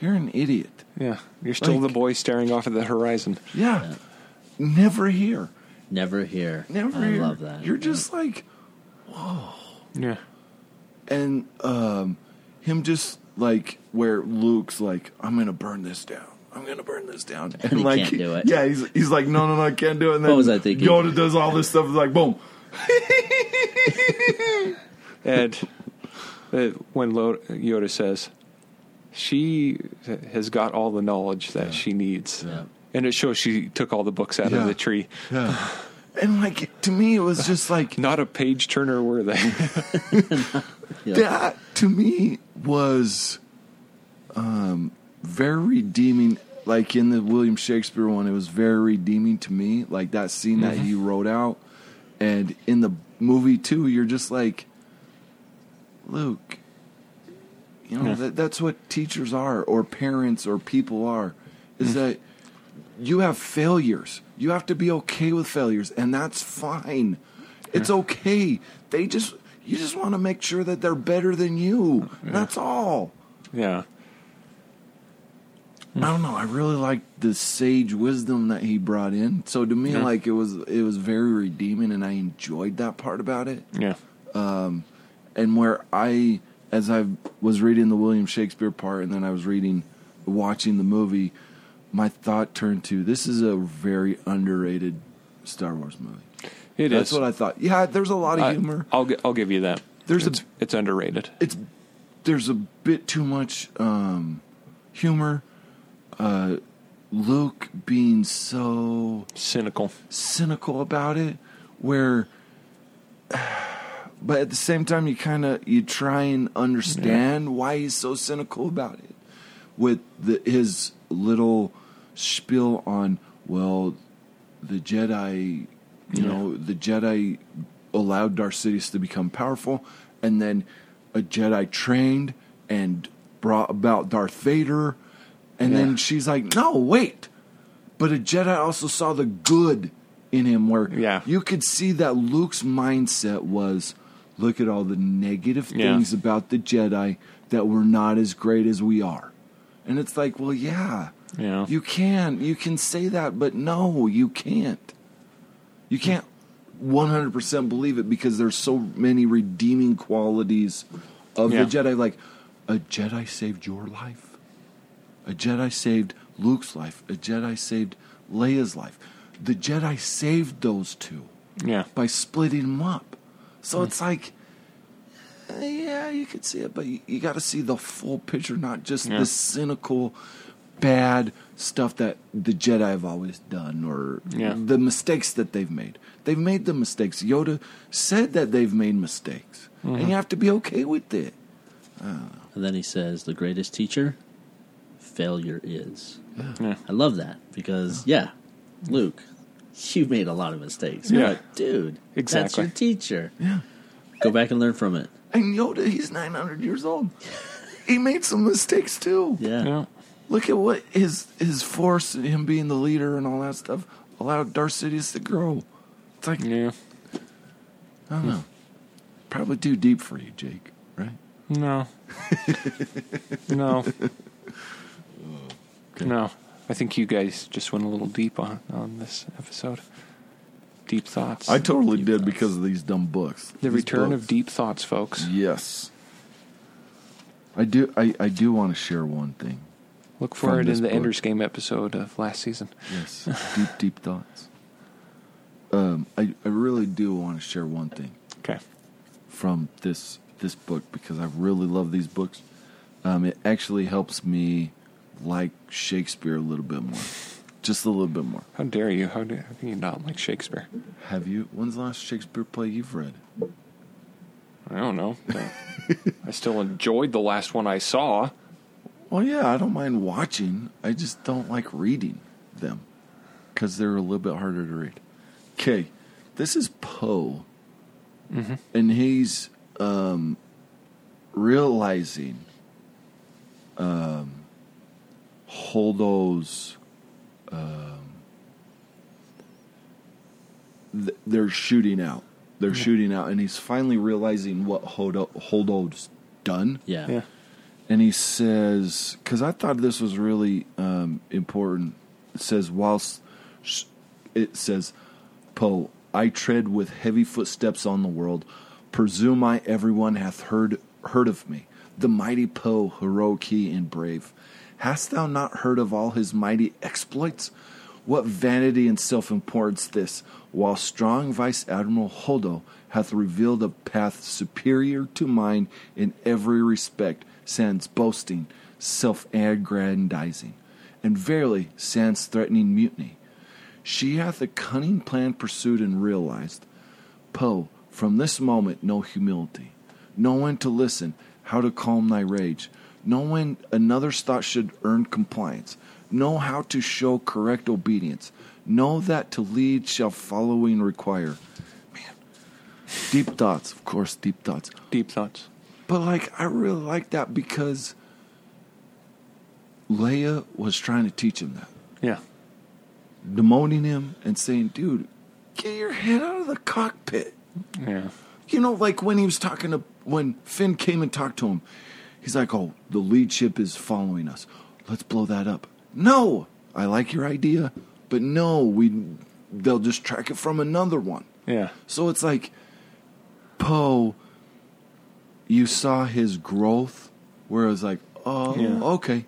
S1: you're an idiot.
S2: yeah. You're still
S1: Like-
S2: the boy staring off at the horizon.
S1: yeah. Never here.
S3: Never here.
S1: Never.
S3: I
S1: hear-
S3: love that.
S1: You're
S3: Yeah.
S1: just like,
S2: Yeah.
S1: and um, him just like where Luke's like, I'm gonna burn this down. I'm gonna burn this down. And,
S3: he
S1: like,
S3: can't do it.
S1: Yeah, he's he's like, no, no, no, I can't do it. And then
S3: What was I thinking?
S1: Yoda does all this stuff. Like, boom.
S2: And uh, when Lo- Yoda says, She has got all the knowledge that she needs.
S3: Yeah.
S2: And it shows she took all the books out
S1: Yeah.
S2: of the tree.
S1: Yeah. And like to me, it was just like
S2: Not a page turner were they.
S3: Yeah.
S1: that. To me, was um, very redeeming. Like in the William Shakespeare one, it was very redeeming to me. Like that scene that he wrote out, and in the movie too, you're just like, Luke, you know that, that's what teachers are or parents or people are is that you have failures you have to be okay with failures and that's fine it's okay they just you just want to make sure that they're better than you that's all
S2: yeah.
S1: i don't know i really liked the sage wisdom that he brought in so to me like it was it was very redeeming and i enjoyed that part about it
S2: Yeah.
S1: and where I, as I was reading the William Shakespeare part, and then I was reading, watching the movie, my thought turned to this is a very underrated Star Wars movie.
S2: It is.
S1: That's what I thought. Yeah, there's a lot of humor.
S2: I, will I'll give you that.
S1: There's
S2: It's,
S1: a
S2: it's underrated.
S1: it's there's a bit too much um, humor. Uh, Luke being so
S2: Cynical.
S1: cynical about it, where, but at the same time you kind of you try and understand why he's so cynical about it with the, his little spiel on well, the Jedi, you know, the Jedi allowed Darth Sidious to become powerful, and then a Jedi trained and brought about Darth Vader, and then she's like, no, wait, but a Jedi also saw the good in him, where
S2: Yeah.
S1: you could see that Luke's mindset was, look at all the negative
S2: Yeah.
S1: things about the Jedi that we're not as great as we are, and it's like, well, yeah.
S2: Yeah.
S1: You can. You can say that, but no, you can't. You can't 100% believe it because there's so many redeeming qualities of
S2: Yeah.
S1: the Jedi. Like, a Jedi saved your life. A Jedi saved Luke's life. A Jedi saved Leia's life. The Jedi saved those two
S2: yeah.
S1: by splitting them up. So it's like, eh, yeah, you could see it, but you, you got to see the full picture, not just
S2: Yeah.
S1: the cynical, bad stuff that the Jedi have always done or
S2: Yeah.
S1: the mistakes that they've made. They've made the mistakes. Yoda said that they've made mistakes, and you have to be okay with it.
S3: And then he says, "The greatest teacher, failure is."
S2: Yeah.
S3: I love that because yeah, Luke, you made a lot of mistakes.
S2: Yeah.
S3: but dude, that's
S2: Exactly.
S3: your teacher.
S1: Yeah.
S3: Go back and learn from it.
S1: And Yoda, he's 900 years old. he made some mistakes too.
S3: Yeah,
S2: Yeah.
S1: Look at what his his force and him being the leader and all that stuff allowed Darth Sidious to grow. It's like
S2: Yeah.
S1: I don't know. Probably too deep for you, Jake. Right?
S2: No. no. No. I think you guys just went a little deep on, on this episode. Deep thoughts.
S1: I totally did because of these dumb books.
S2: the
S1: These
S2: return
S1: books.
S2: of deep thoughts, folks.
S1: Yes. I do. I, I do want to share one thing.
S2: Look
S1: From
S2: for it
S1: this
S2: in the
S1: book.
S2: Ender's Game episode of last season.
S1: Yes. deep deep thoughts. Um, I I really do want to share one thing.
S2: Okay.
S1: from this this book because I really love these books. Um, it actually helps me like Shakespeare a little bit more, just a little bit more.
S2: How dare you? How, do, how can you not like Shakespeare?
S1: Have you? When's the last Shakespeare play you've read?
S2: I don't know. but I still enjoyed the last one I saw.
S1: Well, yeah, I don't mind watching. I just don't like reading them because they're a little bit harder to read. Okay, this is Poe, and he's um, realizing um, Holdo's um, th- they're shooting out. They're shooting out, and he's finally realizing what Holdo Holdo's done
S3: yeah,
S2: Yeah.
S1: and he says because i thought this was really um, important it says whilst sh- it says poe i tread with heavy footsteps on the world presume i everyone hath heard heard of me the mighty poe heroic he and brave hast thou not heard of all his mighty exploits what vanity and self-importance this while strong vice admiral holdo hath revealed a path superior to mine in every respect sans boasting self-aggrandizing and verily sans threatening mutiny she hath a cunning plan pursued and realized Poe, from this moment, no humility. No when to listen, how to calm thy rage. No when another's thought should earn compliance. Know how to show correct obedience. Know that to lead shall following require. Man, deep thoughts, of course, deep thoughts.
S2: Deep thoughts.
S1: But like, I really like that because Leia was trying to teach him that
S2: Yeah.
S1: demoting him and saying, dude, get your head out of the cockpit.
S2: Yeah.
S1: You know, like when he was talking to, when Finn came and talked to him, he's like, oh, the lead ship is following us. Let's blow that up. No, I like your idea, but no, we, they'll just track it from another one.
S2: Yeah.
S1: So it's like Poe, you saw his growth where it was like, oh,
S2: Yeah.
S1: okay.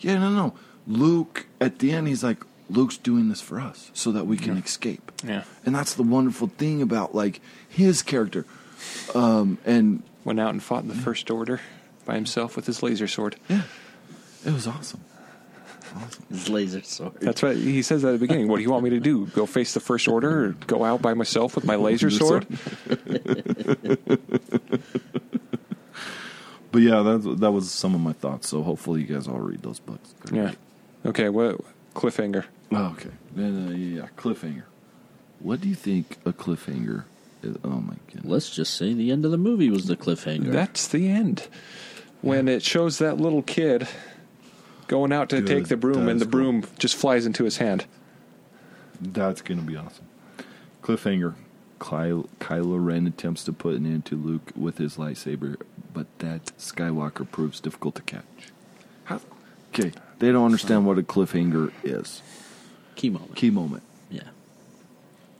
S1: Yeah, no, no. Luke, at the end, he's like, Luke's doing this for us so that we can escape.
S2: Yeah.
S1: And that's the wonderful thing about like his character. Um, and
S2: went out and fought in the First Order by himself with his laser sword.
S1: Yeah, it was awesome. Awesome.
S3: His laser sword.
S2: That's what he says at the beginning. What do you want me to do? Go face the First Order or go out by myself with my laser
S1: The
S2: sword?
S1: sword. But yeah, that that was some of my thoughts. So hopefully you guys all read those books. They're
S2: Yeah.
S1: great.
S2: Okay, what cliffhanger?
S1: Oh, okay. Then uh, yeah, cliffhanger. What do you think a cliffhanger is? Oh my goodness.
S3: Let's just say the end of the movie was the cliffhanger.
S2: That's the end. When it shows that little kid going out to
S1: Dude,
S2: take the broom
S1: that
S2: and the
S1: is cool.
S2: broom just flies into his hand.
S1: That's gonna be awesome. Cliffhanger. Kyle, Kylo Ren attempts to put an end to Luke with his lightsaber, but that Skywalker proves difficult to catch.
S2: How-
S1: Okay, they don't understand what a cliffhanger is.
S3: key moment.
S1: Key moment.
S3: yeah.
S1: What's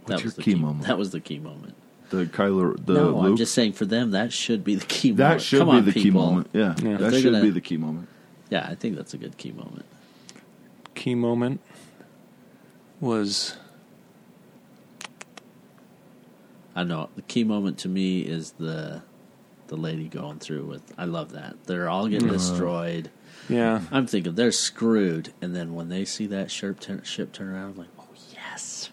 S3: that
S1: your
S3: was the
S1: key moment?
S3: That was the key moment.
S1: The Kylo, the
S3: no,
S1: Luke.
S3: I'm just saying for them that should be the key moment.
S1: that should
S3: Come
S1: be
S3: on,
S1: the key
S3: people.
S1: moment. Yeah,
S2: Yeah.
S1: that
S3: They're
S1: should
S3: gonna-
S1: be the key moment.
S3: Yeah, I think that's a good key moment.
S2: Key moment was
S3: I know the key moment to me is the the lady going through with. I love that they're all getting
S1: Uh-huh.
S3: destroyed.
S2: yeah.
S3: I'm thinking they're screwed, and then when they see that ship turn, ship turn around, I'm like, oh yes,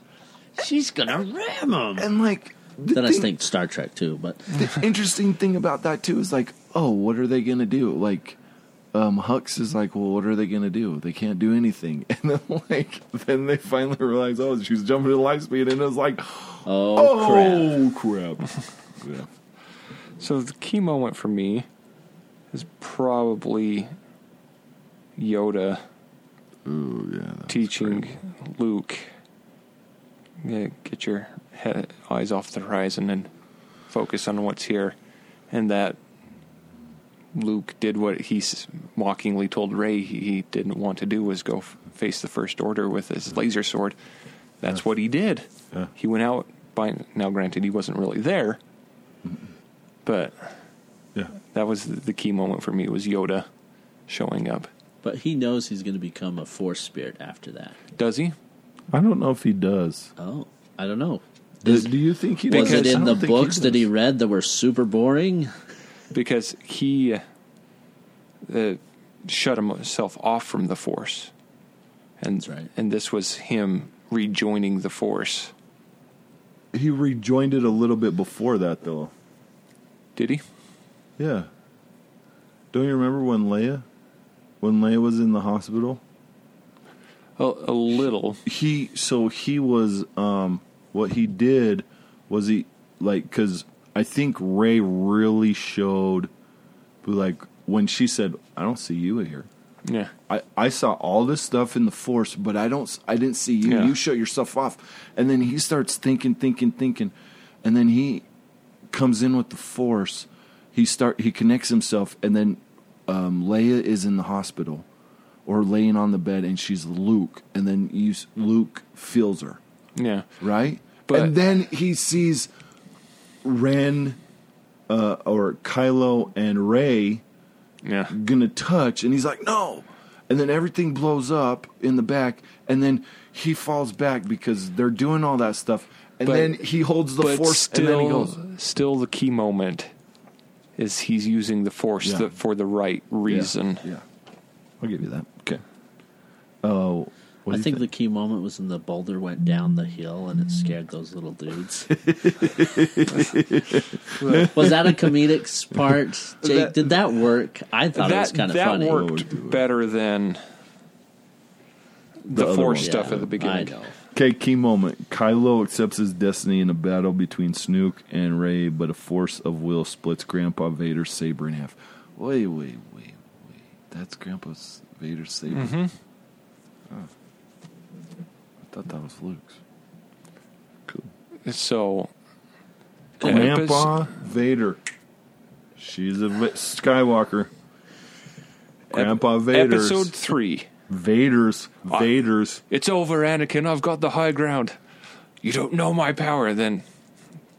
S3: she's gonna ram them.
S1: And like, the
S3: Then I
S1: thing-
S3: think Star Trek too, but
S1: the interesting thing about that too is like, oh, what are they gonna do? Like, um, Hux is like, well, what are they gonna do? They can't do anything. And then like, then they finally realize, oh, she's jumping to light speed, and it's like,
S3: oh,
S1: oh crap. yeah.
S2: So the key moment for me is probably Yoda
S1: Ooh, yeah. that was
S2: teaching
S1: great.
S2: Luke, yeah, get your head, eyes off the horizon and focus on what's here, and that Luke did what he s- mockingly told Ray he, he didn't want to do was go f- face the First Order with his laser sword. That's what he did.
S1: Yeah.
S2: He went out by now. Granted, he wasn't really there, but
S1: Yeah.
S2: that was the- the key moment for me was Yoda showing up.
S3: But he knows he's going to become a force spirit after that.
S2: Does he?
S1: I don't know if he does.
S3: Oh, I don't know.
S1: Do,
S3: Is-
S1: do you think he
S3: was
S1: does?
S3: it
S1: I
S3: in the
S1: don't think
S3: books that he
S1: does.
S3: read that were super boring?
S2: because he uh, shut himself off from the force, and
S3: That's right.
S2: and this was him rejoining the force.
S1: He rejoined it a little bit before that, though.
S2: Did he?
S1: Yeah. Don't you remember when Leia, when Leia was in the hospital?
S2: A, a little.
S1: he so he was um what he did was he like cuz I think Ray really showed but like when she said I don't see you here.
S2: Yeah.
S1: I, I saw all this stuff in the force, but I don't s- I didn't see you.
S2: Yeah.
S1: You shut yourself off. And then he starts thinking thinking thinking and then he comes in with the force. He start he connects himself and then um, Leia is in the hospital or laying on the bed and she's Luke and then you, s- Luke feels her
S2: Yeah.
S1: right?
S2: But-
S1: and then he sees Ren uh, or Kylo and Ray
S2: Yeah.
S1: gonna touch, and he's like, no. And then everything blows up in the back, and then he falls back because they're doing all that stuff. And
S2: But-
S1: then he holds the
S2: but
S1: force,
S2: still,
S1: and then he goes,
S2: still the key moment is he's using the force
S1: Yeah.
S2: th- for the right reason.
S1: Yeah, yeah. I'll give you that. Okay. Oh, what do
S3: I
S1: you
S3: think the key moment was when the boulder went down the hill and it scared those little dudes. was that a comedic s- part, Jake?
S2: That-
S3: Did that work? I thought it was
S2: That
S3: kind of
S2: that
S3: funny.
S2: worked
S1: Oh, dude.
S2: better than
S1: The
S2: the,
S1: other
S2: force
S1: one.
S2: stuff
S3: Yeah,
S2: at the
S3: I
S2: beginning.
S3: know.
S1: Okay, key moment. Kylo accepts his destiny in a battle between Snook and Ray, but a force of will splits Grandpa Vader's saber in half. Wait, wait, wait, wait. That's Grandpa's Vader's saber. Oh. I thought that was Luke's. Cool.
S2: So
S1: Grandpa Vader. She's a Va- Skywalker. Grandpa Vader's.
S2: Episode three.
S1: Vader's.
S2: I-
S1: Vader's.
S2: It's over, Anakin. I've got the high ground. You don't know my power. Then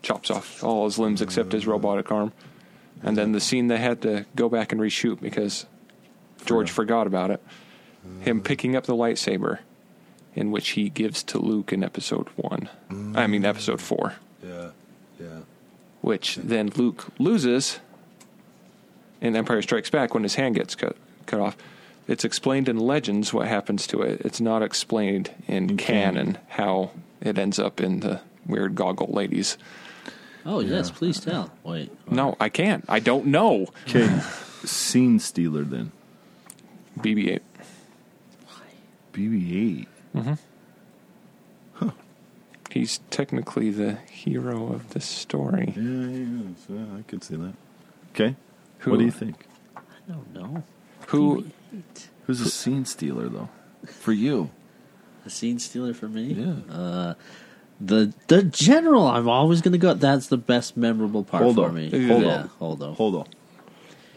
S2: chops off all his limbs except
S1: Mm.
S2: his robotic arm. And then the scene they had to go back and reshoot because George forgot about it.
S1: Mm.
S2: Him picking up the lightsaber, in which he gives to Luke in episode one. I mean, episode four,
S1: Mm. Yeah, yeah.
S2: which then Luke loses in Empire Strikes Back when his hand gets cut cut off. It's explained in Legends what happens to it. It's not explained in,
S1: In
S2: canon,
S1: canon.
S2: how it ends up in the weird goggle ladies.
S3: Oh yes, please tell. Wait.
S2: No, I can't. I don't know.
S1: Okay, scene stealer then.
S2: BB-8.
S1: BB-8.
S2: He's technically the hero of the story.
S1: Yeah, yeah, yeah, I could see that. Okay,
S2: Who-
S1: what do you think?
S3: I don't know.
S2: Who
S3: Eight.
S1: Who's a scene stealer though? For you,
S3: A scene stealer for me.
S1: yeah.
S3: The the general. I'm always going to go. That's the best memorable part
S1: Hold
S3: for
S1: on.
S3: me.
S1: Hold
S3: yeah,
S1: on.
S3: Hold on.
S1: Hold on.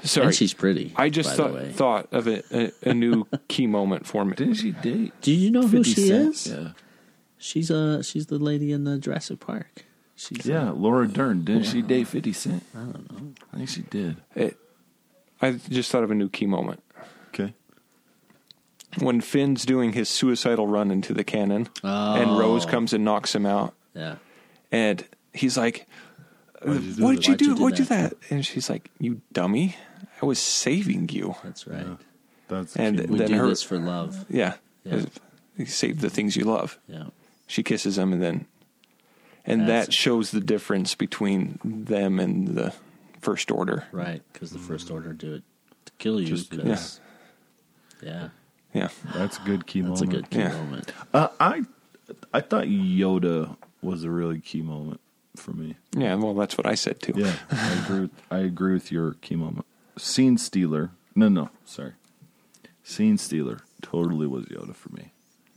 S2: sorry.
S3: And she's pretty.
S2: I just
S3: by the way.
S2: thought thought of it a, a new key moment for me.
S1: Didn't she date?
S3: Do you know who
S1: 50
S3: she
S1: Cent?
S3: is?
S1: Yeah.
S3: She's uh she's the lady in uh, Jurassic Park. She's
S1: Yeah,
S3: uh,
S1: Laura Dern. Didn't she date 50 Cent? I don't know. I think she did.
S2: It, I just thought of a new key moment
S1: Okay.
S2: when Finn's doing his suicidal run into the cannon, and Rose comes and knocks him out,
S3: yeah.
S2: and he's like,
S1: Why'd you do
S2: "What
S1: that?
S2: did you
S3: Why'd you
S2: do?
S3: do
S2: What'd you do
S3: that?"
S2: that?" And she's like, "You dummy! I was saving you."
S3: That's right.
S1: That's
S2: And
S1: cute.
S3: We
S2: Then
S3: do
S2: her-
S3: this for love.
S2: Yeah,
S3: Yeah.
S2: you save the things you love.
S3: Yeah.
S2: She kisses him, and then, and
S3: That's-
S2: that shows the difference between them and the First Order.
S3: Right. Because the first order do it to kill you.
S1: Mm. Just-
S3: 'cause- yeah.
S2: Yeah,
S1: That's a good key
S3: That's a
S1: moment.
S3: good key
S2: Yeah.
S3: moment.
S1: Uh, I I thought Yoda was a really key moment for me.
S2: yeah. Well, that's what I said too.
S1: Yeah, I agree. With, I agree with your key moment. Scene stealer. No, no, sorry. Scene stealer totally was Yoda for me.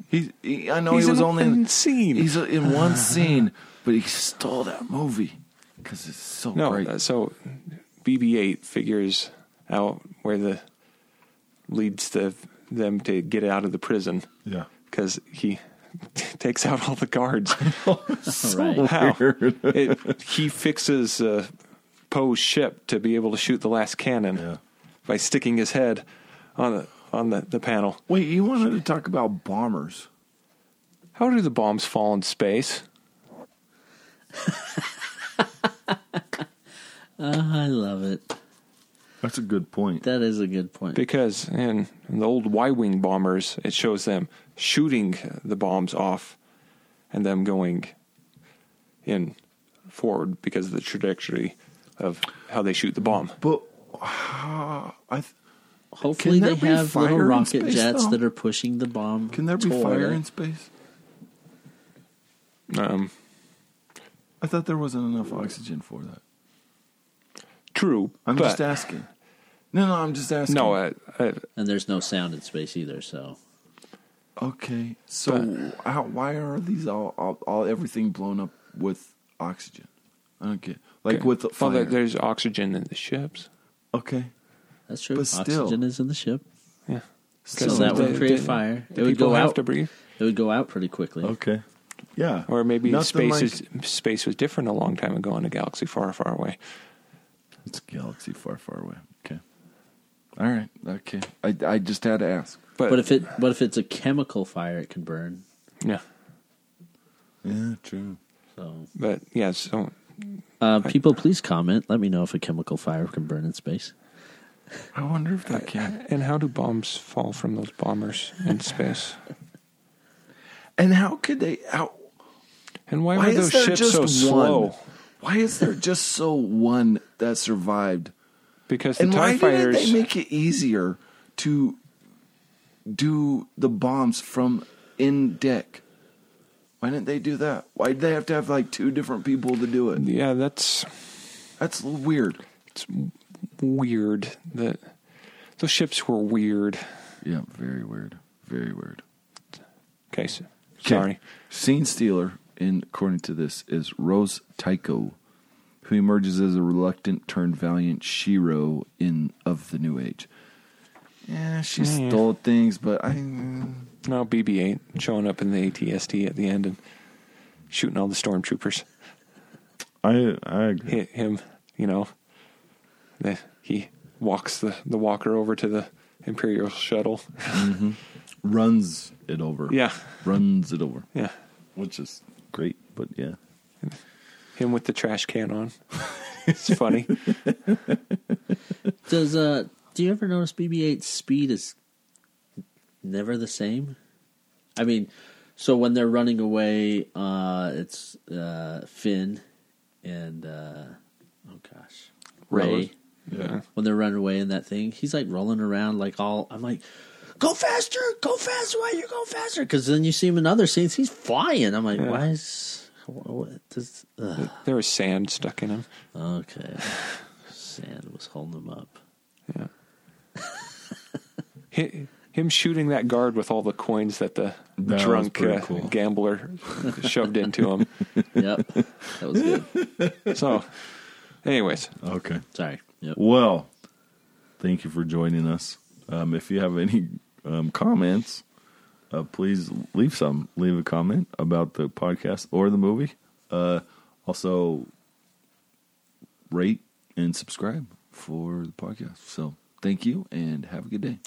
S1: He, he I know
S2: He's
S1: he was
S2: in
S1: only
S2: one scene.
S1: He's in one scene, but he stole that movie because it's so
S2: No,
S1: great.
S2: uh, so BB-8 figures out where the leads the them to get out of the prison
S1: yeah,
S2: because he takes out all the guards.
S1: so
S3: right.
S2: How
S1: weird.
S2: it, he fixes uh, Poe's ship to be able to shoot the last cannon
S1: Yeah.
S2: by sticking his head on the on the, the panel.
S1: Wait, you wanted to talk about bombers?
S2: How do the bombs fall in space?
S3: uh, I love it.
S1: That's a good point.
S3: That is a good point.
S2: Because in the old Y-wing bombers, it shows them shooting the bombs off and them going in forward because of the trajectory of how they shoot the bomb.
S1: but how I th-
S3: Hopefully,
S1: Can
S3: they
S1: there be
S3: have little
S1: fire in
S3: rocket
S1: space,
S3: jets
S1: though?
S3: that are pushing the bomb.
S1: can there be
S3: toward
S1: fire
S3: it.
S1: in space?
S2: Um,
S1: I thought there wasn't enough oxygen for that.
S2: true,
S1: I'm
S2: but
S1: just asking. No, no, I'm just asking.
S2: no, uh, uh,
S3: And there's no sound in space either. So
S1: Okay, so how, why are these all, all, all everything blown up with oxygen? I don't get like
S2: okay.
S1: with the
S2: Well,
S1: fire.
S2: there- there's oxygen in the ships.
S1: okay,
S3: that's true.
S1: But still-
S3: Oxygen is in the ship,
S2: Yeah,
S3: so
S1: So
S3: that
S1: they-
S3: would create
S2: they-
S3: fire. It
S2: the
S3: would
S2: people
S3: go
S2: have
S3: out.
S2: to breathe,
S3: It would go out pretty quickly.
S1: okay, yeah.
S2: or maybe
S1: Nothing
S2: space
S1: like-
S2: is space was different a long time ago in a galaxy far, far away.
S1: it's a galaxy far, far away. Okay, all right. Okay, I I just had to ask.
S2: But,
S3: But if it, but if it's a chemical fire, it can burn.
S2: yeah,
S1: Yeah, true.
S3: So,
S2: but yeah, so
S3: uh, people, please comment. Let me know if a chemical fire can burn in space.
S1: I wonder if that can.
S2: And how do bombs fall from those bombers in space?
S1: And how could they? How
S2: And why,
S1: why
S2: were
S1: is
S2: those
S1: there
S2: ships
S1: just
S2: so
S1: one?
S2: slow?
S1: Why is there just so one that survived?
S2: Because the
S1: And
S2: TIE
S1: why
S2: fighters.
S1: didn't they make it easier to do the bombs from in deck? Why didn't they do that? Why did they have to have like two different people to do it?
S2: yeah, that's
S1: That's weird.
S2: it's weird. That those ships were weird.
S1: Yeah, very weird. Very weird.
S2: Okay, so, sorry.
S1: Scene stealer, in according to this, is Rose Tycho, who emerges as a reluctant turned valiant Shiro in of the New Age. Yeah, she
S2: Yeah.
S1: stole things, but
S2: Hmm.
S1: I
S2: No, BB-8 showing up in the ATST at the end and shooting all the stormtroopers.
S1: I I agree.
S2: Hit him, you know. The, he walks the, the walker over to the Imperial shuttle.
S1: runs it over.
S2: Yeah.
S1: Runs it over.
S2: Yeah,
S1: Which is great, but yeah.
S2: him with the trash can on. It's funny.
S3: Does uh do you ever notice BB-8's speed is never the same? I mean, so when they're running away, uh it's uh Finn and uh oh gosh, Ray.
S2: Rose. Yeah.
S3: When they're running away in that thing, he's like rolling around like all I'm like Go faster! Go faster! Why you go faster? Because then you see him in other scenes, he's flying. I'm like,
S2: Yeah.
S3: why is what does? Ugh.
S2: There was sand stuck in him.
S3: Okay, sand was holding him up.
S2: Yeah. Hi- Him shooting that guard with all the coins that the
S1: That was
S2: drunk
S1: pretty
S2: uh,
S1: cool.
S2: gambler shoved into him.
S3: Yep, that was good.
S2: So, anyways,
S1: Okay.
S3: Sorry. Yep.
S1: Well, thank you for joining us. Um, if you have any um, comments, uh, please leave some. Leave a comment about the podcast or the movie. Uh, also, rate and subscribe for the podcast. So, thank you and have a good day.